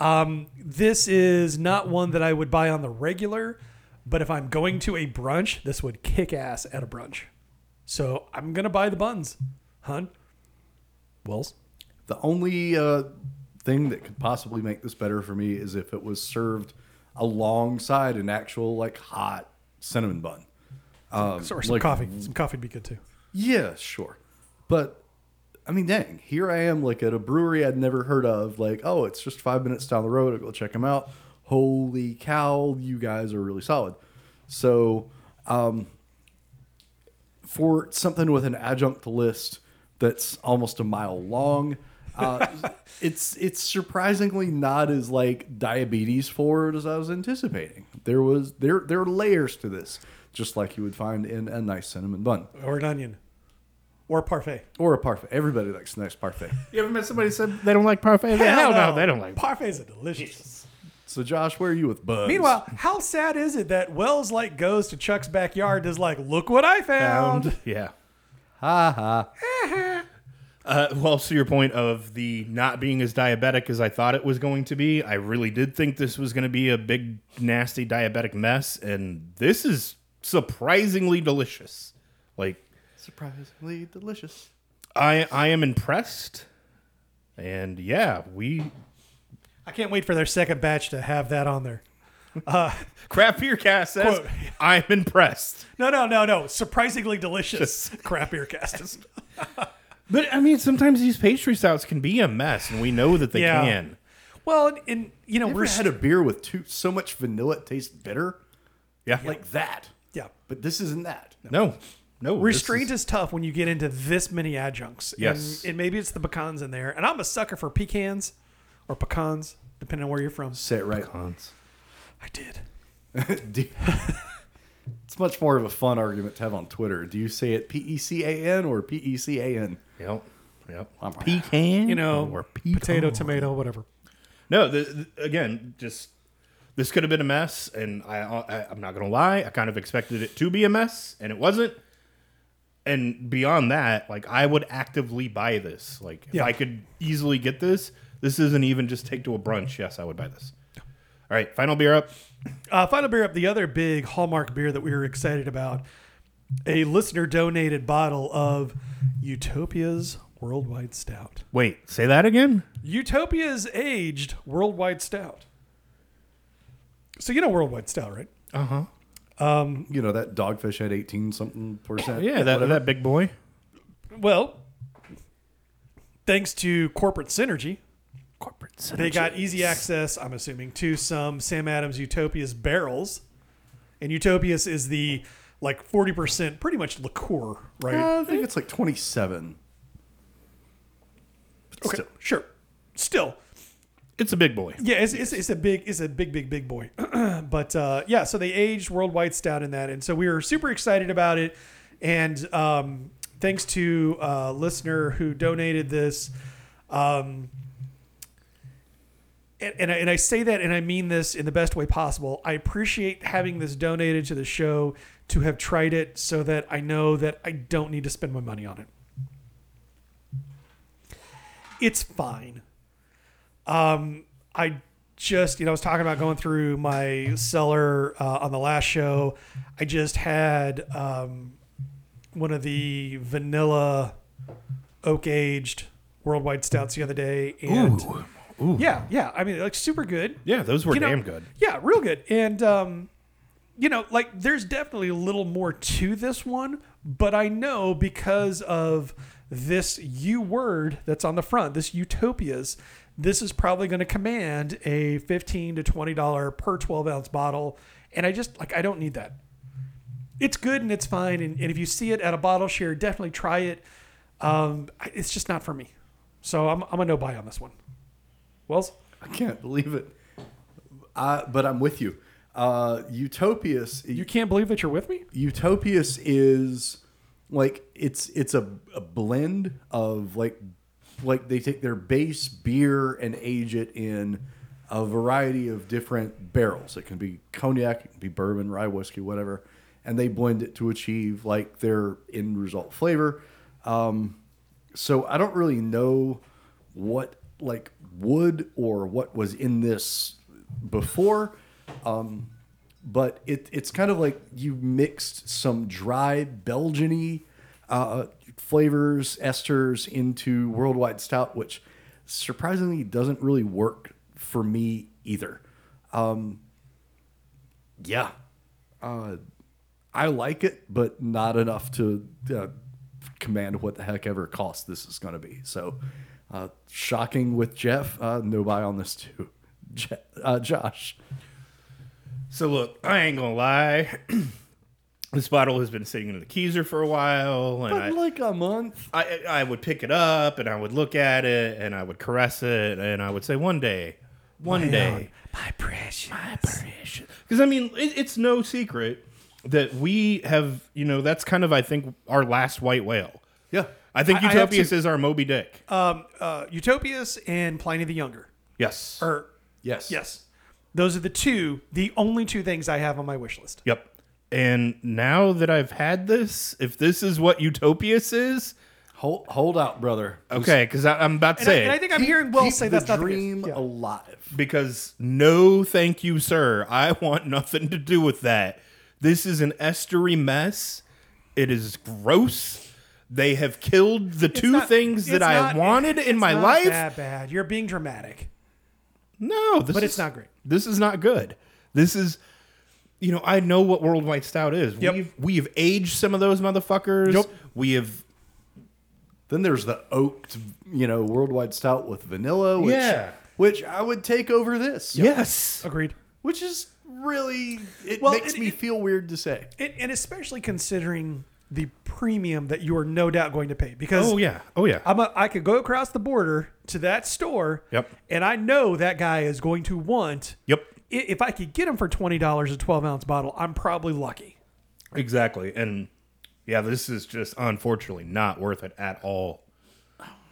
B: Um, this is not one that I would buy on the regular, but if I'm going to a brunch, this would kick ass at a brunch. So I'm going to buy the buns, hun. Wells?
C: The only uh, thing that could possibly make this better for me is if it was served alongside an actual like hot cinnamon bun. Um,
B: Or some
C: like,
B: coffee. Some coffee would be good too.
C: Yeah, sure. But I mean, dang, here I am like at a brewery I'd never heard of. Like, oh, it's just five minutes down the road. I'll go check them out. Holy cow, you guys are really solid. So, um, for something with an adjunct list that's almost a mile long, uh, it's it's surprisingly not as like diabetes forward as I was anticipating. There was there there are layers to this, just like you would find in a nice cinnamon bun.
B: Or an onion. Or a parfait.
C: Or a parfait. Everybody likes nice parfait.
A: You ever met somebody who said they don't like parfait? Hell, no, they don't like
B: Parfaits are delicious.
C: So Josh, where are you with bugs?
B: Meanwhile, how sad is it that Wells like goes to Chuck's backyard and is like, look what I found.
A: Yeah.
C: ha ha.
A: Uh, well, to your point of the not being as diabetic as I thought it was going to be, I really did think this was going to be a big, nasty diabetic mess, and this is surprisingly delicious. Like,
C: Surprisingly delicious.
A: I I am impressed, and yeah, we
B: I can't wait for their second batch to have that on there.
A: craft beer cast says
B: Quote.
A: I'm impressed.
B: No, no, no, no. Surprisingly delicious crap beer cast.
A: But I mean, sometimes these pastry stouts can be a mess, and we know that they
B: Yeah.
A: can.
B: well, and, and, you know,
C: Ever
B: we're
C: had a beer with too so much vanilla it tastes bitter?
A: Yeah, like
C: Like that.
B: yeah.
C: But this isn't that.
A: no, no this
B: Restraint
A: is-
B: is, tough when you get into this many adjuncts.
A: Yes.
B: And, and maybe it's the pecans in there. And I'm a sucker for pecans or pecans, depending on where you're from.
C: Say it right.
A: Cons.
B: I did.
C: Do- it's much more of a fun argument to have on Twitter. Do you say it P E C A N or P E C A N?
A: Yep. Yep. Pecan,
B: You know,
A: or pecan.
B: potato, tomato, whatever.
A: No, the, the, again, just this could have been a mess, and I, I I'm not gonna lie, I kind of expected it to be a mess, and it wasn't. and beyond that, like I would actively buy this. Like if
B: Yeah.
A: I could easily get this, this isn't even just take to a brunch. Yes, I would buy this. All right, final beer up.
B: Uh, final beer up, the other big hallmark beer that we were excited about. A listener donated bottle of Utopia's Worldwide Stout.
A: Wait, say that again?
B: Utopia's aged Worldwide Stout. So you know Worldwide Stout, right?
A: Uh huh.
C: You know that dogfish had eighteen something percent.
A: Yeah, that,
C: whatever.
A: that big boy.
B: Well, thanks to corporate synergy,
A: Corporate
B: they got easy access, I'm assuming, to some Sam Adams Utopia's barrels. And Utopia's is the like 40% pretty much liqueur, right?
C: Uh, I think it's like twenty seven.
B: Okay, sure. Still,
A: It's a big boy.
B: yeah, it's, it's, it's a big, it's a big, big, big boy. but uh, yeah, so they aged World White Stout in that, and so we were super excited about it. And um, thanks to a listener who donated this, um, and, and, I, and I say that, and I mean this in the best way possible. I appreciate having this donated to the show to have tried it, so that I know that I don't need to spend my money on it. It's fine. I just, you know, I was talking about going through my cellar uh, on the last show. I just had um, one of the vanilla oak aged worldwide stouts the other day, and yeah, yeah, I mean, like super good.
A: Yeah, those were
B: You know-
A: damn good.
B: Yeah, real good. And um, you know, like there's definitely a little more to this one, but I know because of this U word that's on the front, this utopias, this is probably going to command a fifteen to twenty dollar per twelve ounce bottle, and I just like I don't need that. It's good and it's fine, and, and if you see it at a bottle share, definitely try it. Um, I- it's just not for me, so I'm I'm a no buy on this one. Wells,
C: I can't believe it. I, but I'm with you. Uh, Utopias.
B: you can't believe that you're with me.
C: Utopias is like it's it's a, a blend of like like they take their base beer and age it in a variety of different barrels. It can be cognac, it can be bourbon, rye whiskey, whatever, and they blend it to achieve like their end result flavor. Um, so I don't really know what like wood or what was in this before but it it's kind of like you mixed some dry Belgian-y uh, flavors, esters into worldwide stout, which surprisingly doesn't really work for me either. Um, yeah, uh, I like it, but not enough to uh, command what the heck ever cost this is going to be. So, uh, shocking with Jeff. Uh, no buy on this too. Je- uh, Josh.
A: So look, I ain't gonna lie. this bottle has been sitting in the keyser for a while, and I,
C: But like a month.
A: I I would pick it up and I would look at it and I would caress it and I would say one day, one day,
B: My precious.
A: because I mean it, it's no secret that we have you know that's kind of I think our last white whale.
C: Yeah.
A: I think
B: I- I have
A: Utopias
B: to-
A: is our Moby Dick.
B: Um, uh, Utopias and Pliny the Younger.
A: yes.
B: Or
C: Yes.
B: yes, those are the two, the only two things I have on my wish list.
A: Yep. And now that I've had this, if this is what Utopias is,
C: Hold, hold out, brother.
A: okay, because I'm about to
B: And I,
A: say
B: and I
A: it.
B: think I'm hearing Will
C: Keep
B: say
C: the
B: that's not the case.
C: dream
B: Yeah.
C: alive.
A: because no thank you sir i want nothing to do with that this is an estery mess it is gross they have killed the two
B: not-
A: things that
B: it's
A: i
B: not-
A: wanted in my
B: it's not
A: life
B: That bad. You're being dramatic.
A: no this
B: But it's
A: is-
B: not great.
A: this is not good this is you know i know what world white stout is
B: Yep.
A: we've we've aged some of those motherfuckers
B: Yep.
A: we have
C: Then there's the oaked, you know, worldwide stout with vanilla, which,
A: Yeah.
C: which I would take over this.
A: yes
B: Agreed.
C: Which is really, it
B: Well,
C: makes
B: it-
C: me
B: it-
C: feel weird to say.
B: And, and especially considering the premium that you are no doubt going to pay because
A: oh yeah oh yeah
B: I'm a, I could go across the border to that store.
A: Yep.
B: And I know that guy is going to want.
A: yep
B: i- If I could get him for twenty dollars a twelve ounce bottle, I'm probably lucky.
A: Exactly. And yeah, this is just unfortunately not worth it at all.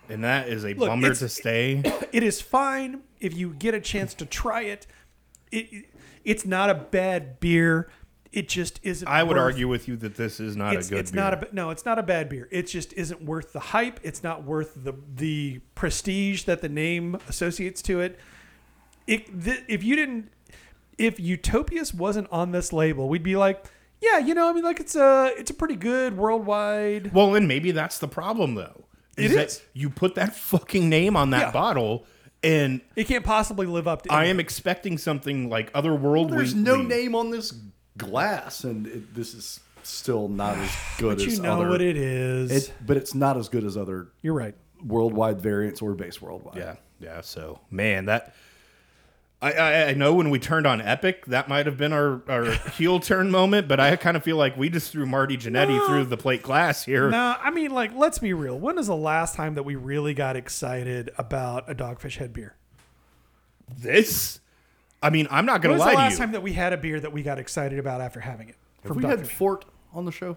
A: And that is a bummer
B: it's-
A: to stay.
B: It is fine if you get a chance to try it. It, it's not a bad beer. it just isn't.
A: I would
B: worth-
A: argue with you that this is not
B: it's,
A: a good
B: it's
A: beer.
B: not a ba- no it's not a bad beer it just isn't worth the hype it's not worth the the prestige that the name associates to it it th- if you didn't if utopias wasn't on this label we'd be like yeah you know i mean like it's a it's a pretty good worldwide
A: well, and maybe that's the problem though.
B: It
A: that
B: is.
A: you put that fucking name on that
B: Yeah.
A: bottle and
B: it can't possibly live up to
A: I
B: any-
A: am expecting something like otherworldly.
C: There's no name on this glass, and it, this is still not as good
B: but
C: as
B: you know
C: other.
B: what it is
C: It- but it's not as good as other
B: you're right
C: worldwide variants or base worldwide.
A: Yeah, yeah. So man, that I, I I know when we turned on Epic, that might have been our our heel turn moment, but I kind of feel like we just threw Marty Jannetty through the plate glass here.
B: Nah, I mean, like, let's be real. When is the last time that we really got excited about a dogfish head beer?
A: This, I mean, I'm not gonna
B: When was the
A: lie
B: last
A: to you.
B: time that we had a beer that we got excited about after having it?
C: Have
B: From
C: we
B: Dr.
C: had
B: Fisher?
C: Fort on the show?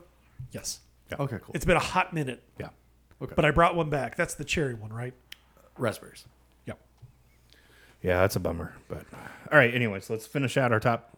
B: yes.
C: Okay, cool.
B: It's been a hot minute,
A: yeah,
B: but I brought one back. That's the cherry one, right?
C: raspberries.
B: Yep.
A: yeah, that's a bummer. But all right, anyways, let's finish out our top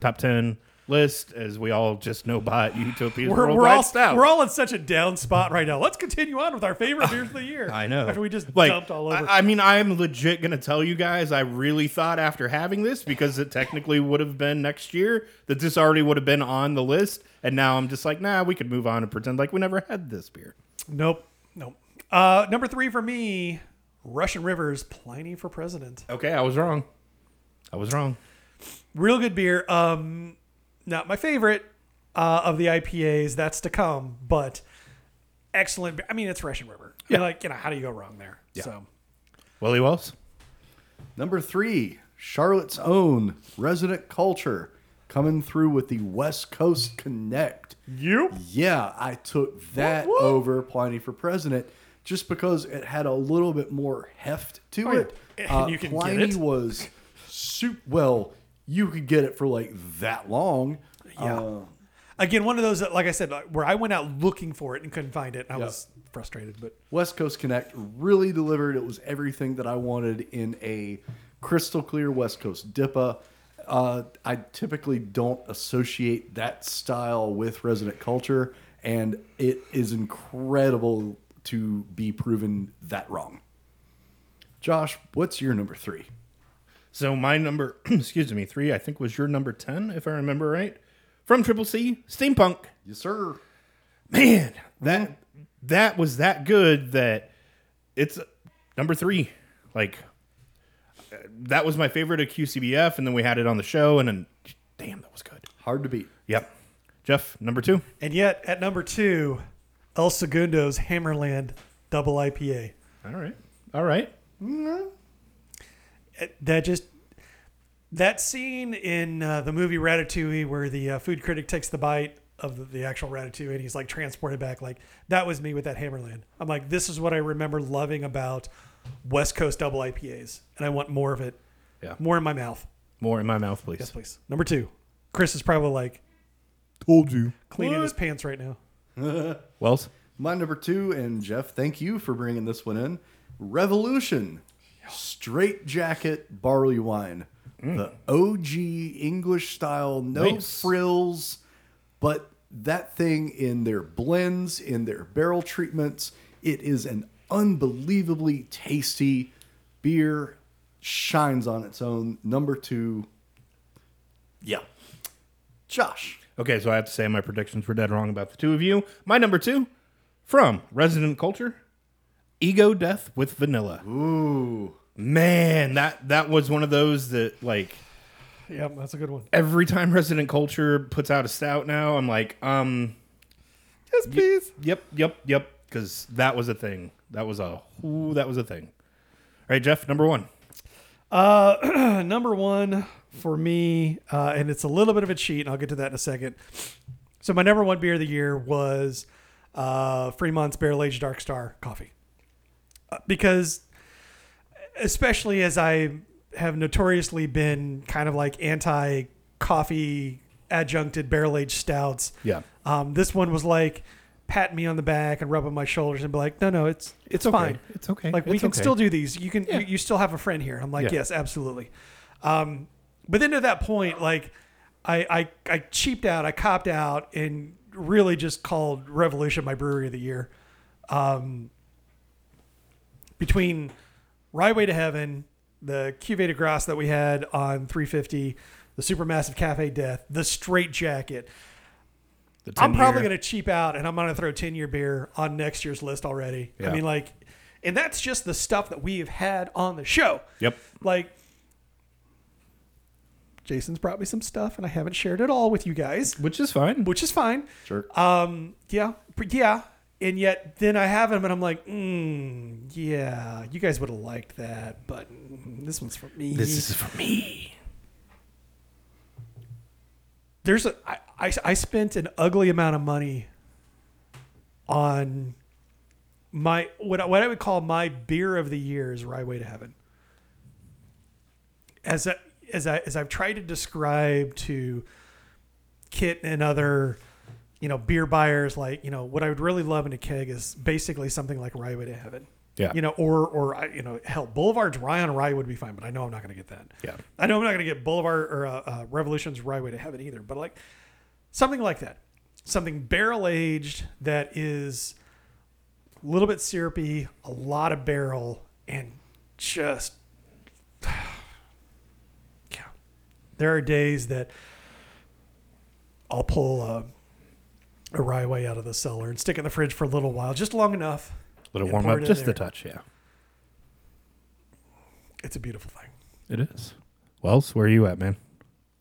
A: top ten list as we all just know by Utopia's
B: We're, we're
A: Worldwide
B: all
A: Stout.
B: we're all in such a down spot right now. Let's continue on with our favorite beers of the year.
A: I know.
B: After we just
A: Like,
B: dumped all over.
A: I, I mean, I'm legit gonna tell you guys. I really thought after having this because it technically would have been next year that this already would have been on the list, and now I'm just like, nah, we could move on and pretend like we never had this beer.
B: nope. Nope. Uh, number three for me, Russian Rivers Pliny for President.
A: Okay, I was wrong. I was wrong.
B: Real good beer. Um, not my favorite uh, of the IPAs. That's to come, but excellent. be- I mean, it's Russian River. Yeah. Like you know, how do you go wrong there? So
A: Willie Wells.
C: Number three, Charlotte's own resident culture coming through with the West Coast Connect.
B: you
C: Yeah, I took that over Pliny for President just because it had a little bit more heft to it. Uh,
B: And Oh, you can get
C: Pliny
B: it.
C: was soup. Well, you could get it for like that long. Yeah.
B: again one of those that, like I said, like, where I went out looking for it and couldn't find it. And I was frustrated, but
C: West Coast Connect really delivered. It was everything that I wanted in a crystal clear West Coast DIPA. Uh, I typically don't associate that style with resident culture, and it is incredible to be proven that wrong. Josh, what's your number three?
A: So my number, excuse me, three. I think was your number ten, if I remember right, from Triple C Steampunk.
C: Yes, sir.
A: man, that that was that good that it's number three. Like uh, that was my favorite at QCBF, and then we had it on the show, and then damn, that was good.
C: Hard to beat.
A: Yep, Jeff, number two.
B: and yet at number two, El Segundo's Hammerland Double IPA.
A: All right, all right.
B: it- that just that scene in uh, the movie Ratatouille where the uh, food critic takes the bite of the, the actual ratatouille and he's like transported back like that was me with that Hammerland. I'm like this is what I remember loving about West Coast double IPAs and I want more of it.
A: Yeah.
B: More in my mouth.
A: More in my mouth, please.
B: Yes, please. Number 2. Chris is probably like
A: Told you,
B: cleaning his pants right now.
A: Wells.
C: My number two, and Jeff, thank you for bringing this one in. Revolution, straight jacket barley wine, the OG English style, no
A: Nice.
C: frills, but that thing in their blends, in their barrel treatments, it is an unbelievably tasty beer. Shines on its own. Number two, yeah, Josh.
A: Okay, so I have to say my predictions were dead wrong about the two of you. My number two from Resident Culture, Ego Death with Vanilla. Ooh. Man, that that was one of those that like
B: Yeah, that's a good one.
A: every time Resident Culture puts out a stout now, I'm like, um,
B: Yes, please.
A: yep, yep, yep, because that was a thing. That was a ooh, that was a thing. All right, Jeff, number one.
B: Uh, number one for me, uh, and it's a little bit of a cheat, and I'll get to that in a second. So my number one beer of the year was uh, Fremont's Barrel Aged Dark Star coffee, uh, because especially as I have notoriously been kind of like anti coffee adjuncted barrel aged stouts.
A: Yeah.
B: Um, this one was like pat me on the back and rub on my shoulders and be like, no, no, it's it's,
A: okay.
B: fine.
A: It's okay.
B: Like we
A: It's
B: can
A: okay.
B: still do these. You can
A: Yeah.
B: you, you still have a friend here. I'm like,
A: Yeah.
B: yes, absolutely. Um, but then at that point, like I, I I cheaped out, I copped out, and really just called Revolution my brewery of the year. Um, between Ryway to Heaven, the Cuvée de Grasse that we had on 350, the Supermassive Cafe Death, the Straight Jacket.
A: The
B: I'm
A: 10
B: probably
A: year-
B: going to cheap out and I'm going to throw 10 year beer on next year's list already. I
C: Yeah.
B: mean, like, and that's just the stuff that we've had on the show.
A: Yep.
B: Like, Jason's brought me some stuff and I haven't shared it all with you guys,
A: Which is fine.
B: which is fine.
C: Sure.
B: Um, yeah, but yeah. And yet then I have them and I'm like, mm, yeah, you guys would have liked that, but mm, this one's for me.
A: for me.
B: there's a I, I I spent an ugly amount of money on my what I, what I would call my beer of the year is Rye Way to Heaven. As I, as I as I've tried to describe to Kit and other you know beer buyers like you know what I would really love in a keg is basically something like Rye Way to Heaven.
A: Yeah.
B: You know, or or I- you know, hell, Boulevard's Rye on Rye would be fine, but I know I'm not going to get that.
A: Yeah.
B: I know I'm not going to get Boulevard or uh, uh, Revolution's Right Way to Heaven either, but like something like that, something barrel aged that is a little bit syrupy, a lot of barrel, and just yeah. There are days that I'll pull a, a rye way out of the cellar and stick it in the fridge for a little while, just long enough.
A: Little
B: and
A: warm
B: pour
A: up
B: it in
A: just
B: there.
A: a touch, yeah.
B: It's a beautiful thing.
A: It is. Wells, where are you at, man?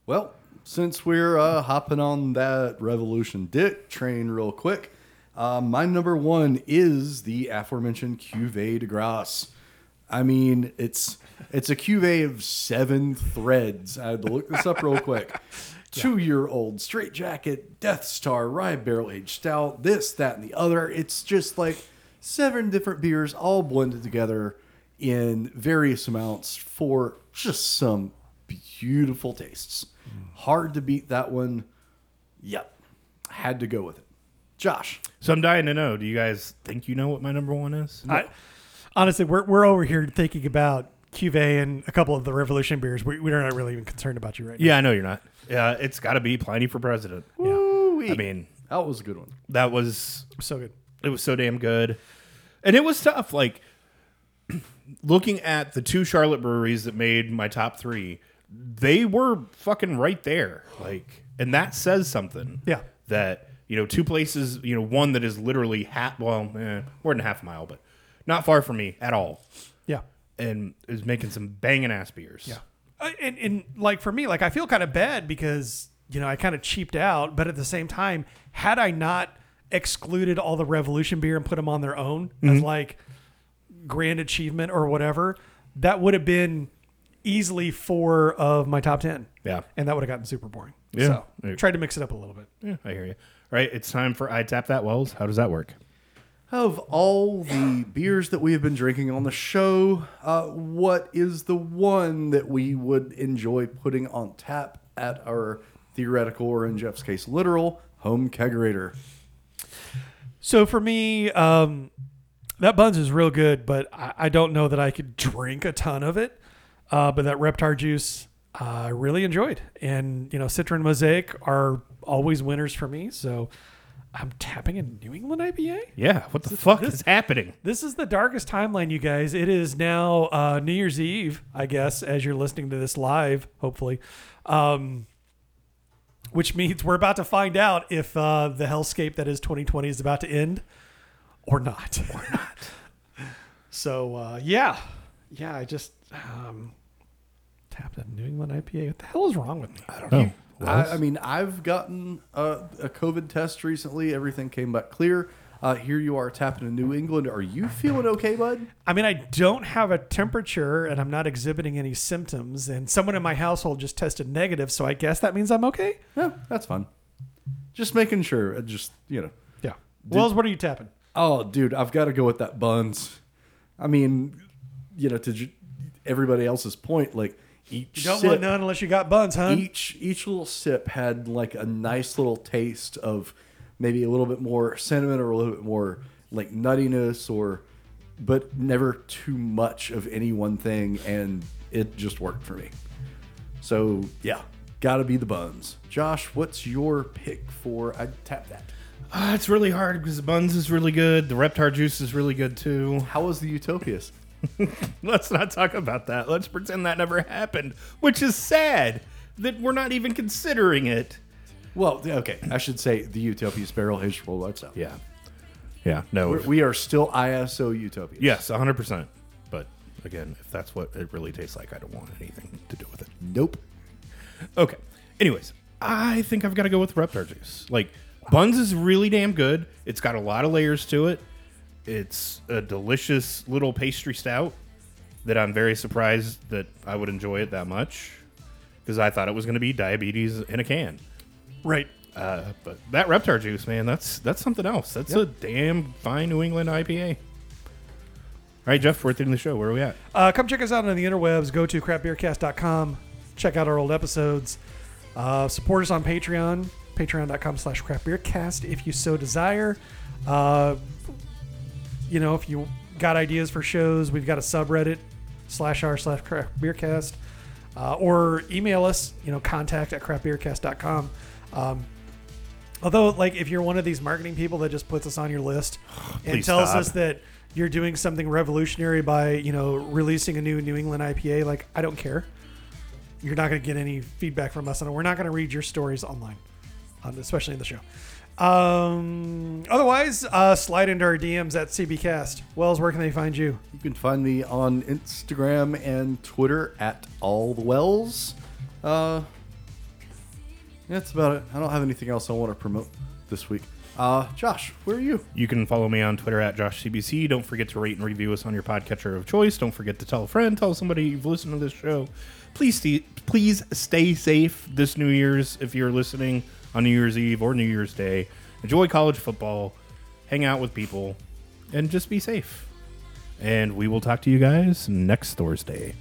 C: Well, since we're uh, hopping on that Revolution Dick train real quick, uh, my number one is the aforementioned Cuvée de Grasse. I mean, it's it's a cuvée of seven threads. I had to look this up real quick. Two year old, straight jacket, Death Star, rye barrel aged stout, this, that, and the other. It's just like seven different beers all blended together in various amounts for just some beautiful tastes. Hard to beat that one. Yep. Had to go with it. Josh.
A: So I'm dying to know. Do you guys think you know what my number one is?
B: I, honestly, we're, we're over here thinking about Cuvée and a couple of the Revolution beers. We, we're not really even concerned about you right
A: yeah, I know you're not. Yeah, it's got to be Pliny for president.
C: Ooh-wee.
A: I mean,
C: that was a good one.
A: that was
B: now. So good.
A: it was so damn good, and it was tough. Like looking at the two Charlotte breweries that made my top three, they were fucking right there. Like, and that says something.
B: Yeah.
A: that you know two places you know one that is literally half well eh, more than half a mile but not far from me at all
B: Yeah.
A: and is making some banging ass beers
B: Yeah. Uh, And, and like for me, like I feel kind of bad because, you know, I kind of cheaped out, but at the same time, had I not excluded all the Revolution beer and put them on their own as like grand achievement or whatever, that would have been easily four of my top 10.
A: Yeah.
B: And that would have gotten super boring.
A: Yeah.
B: So tried to mix it up a little bit.
A: yeah i hear you all right it's time for i tap that wells how does that work
C: Of all the beers that we have been drinking on the show, uh, what is the one that we would enjoy putting on tap at our theoretical, or in Jeff's case, literal home kegerator?
B: So for me, um, that buns is real good, but I, I don't know that I could drink a ton of it. Uh, but that Reptar juice, uh, I really enjoyed, and you know, Citron Mosaic are always winners for me. So I'm tapping a New England IPA.
A: yeah what the fuck is happening
B: This is the darkest timeline, you guys. It is now uh, New Year's Eve, I guess, as you're listening to this live, hopefully. Um, which means we're about to find out if uh, the hellscape that is 2020 is about to end or not. Or not. so, uh, yeah. Yeah, I just um, tapped a New England IPA. What the hell is wrong with me? I don't
A: oh
C: I, I mean, I've gotten a, a COVID test recently. Everything came back clear. Uh, here you are tapping in New England. Are you feeling okay, bud?
B: I mean, I don't have a temperature and I'm not exhibiting any symptoms, and someone in my household just tested negative, so I guess that means I'm okay.
C: Yeah, that's fun. Just making sure. uh, Just you know.
B: Yeah. Wells, what are you tapping?
C: Oh, dude, I've got to go with that buns. I mean, you know, to j- everybody else's point, like each
B: You don't
C: sip,
B: want none unless you got buns, huh?
C: each each little sip had like a nice little taste of maybe a little bit more cinnamon or a little bit more like nuttiness or but never too much of any one thing and it just worked for me so yeah Gotta be the buns. Josh, what's your pick for? I tap that.
A: Ah, it's really hard because the buns is really good. The Reptar juice is really good too.
C: How was the Utopias?
A: Let's not talk about that. Let's pretend that never happened, which is sad that we're not even considering it.
C: Well, yeah, okay, I should say the Utopias barrel aged full lifestyle.
A: Yeah. Yeah. No.
C: We're, we are still ISO Utopias.
A: yes, 100%. But again, if that's what it really tastes like, I don't want anything to do with it.
C: Nope.
A: Okay. Anyways, I think I've got to go with Reptar juice. Like buns is really damn good. It's got a lot of layers to it. It's a delicious little pastry stout that I'm very surprised that I would enjoy it that much because I thought it was going to be diabetes in a can.
B: Right.
A: Uh, but that Reptar juice, man, that's that's something else. That's a damn fine New England IPA. All right, Jeff, we're through the show. Where are we at?
B: Uh, come check us out on the interwebs. Go to crapbeercast.com. Check out our old episodes. Uh, support us on Patreon, patreon.com slash crapbeercast if you so desire. Uh, you know, if you got ideas for shows, we've got a subreddit slash r slash crapbeercast. Uh, or email us, you know, contact at crapbeercast.com. Um, although, like, if you're one of these marketing people that just puts us on your list and
A: Please
B: tells
A: stop.
B: us that you're doing something revolutionary by, you know, releasing a new New England IPA, like, I don't care. You're not going to get any feedback from us, and we're not going to read your stories online, um, especially in the show. Um, otherwise, uh, slide into our DMs at CBcast. Wells, where can they find you?
C: You can find me on Instagram and Twitter at all the wells. Uh, that's about it. I don't have anything else I want to promote this week. Uh, Josh, where are you?
A: You can follow me on Twitter at JoshCBC. Don't forget to rate and review us on your podcatcher of choice. Don't forget to tell a friend, tell somebody you've listened to this show. Please, stay, please stay safe this New Year's if you're listening on New Year's Eve or New Year's Day. Enjoy college football, hang out with people, and just be safe. And we will talk to you guys next Thursday.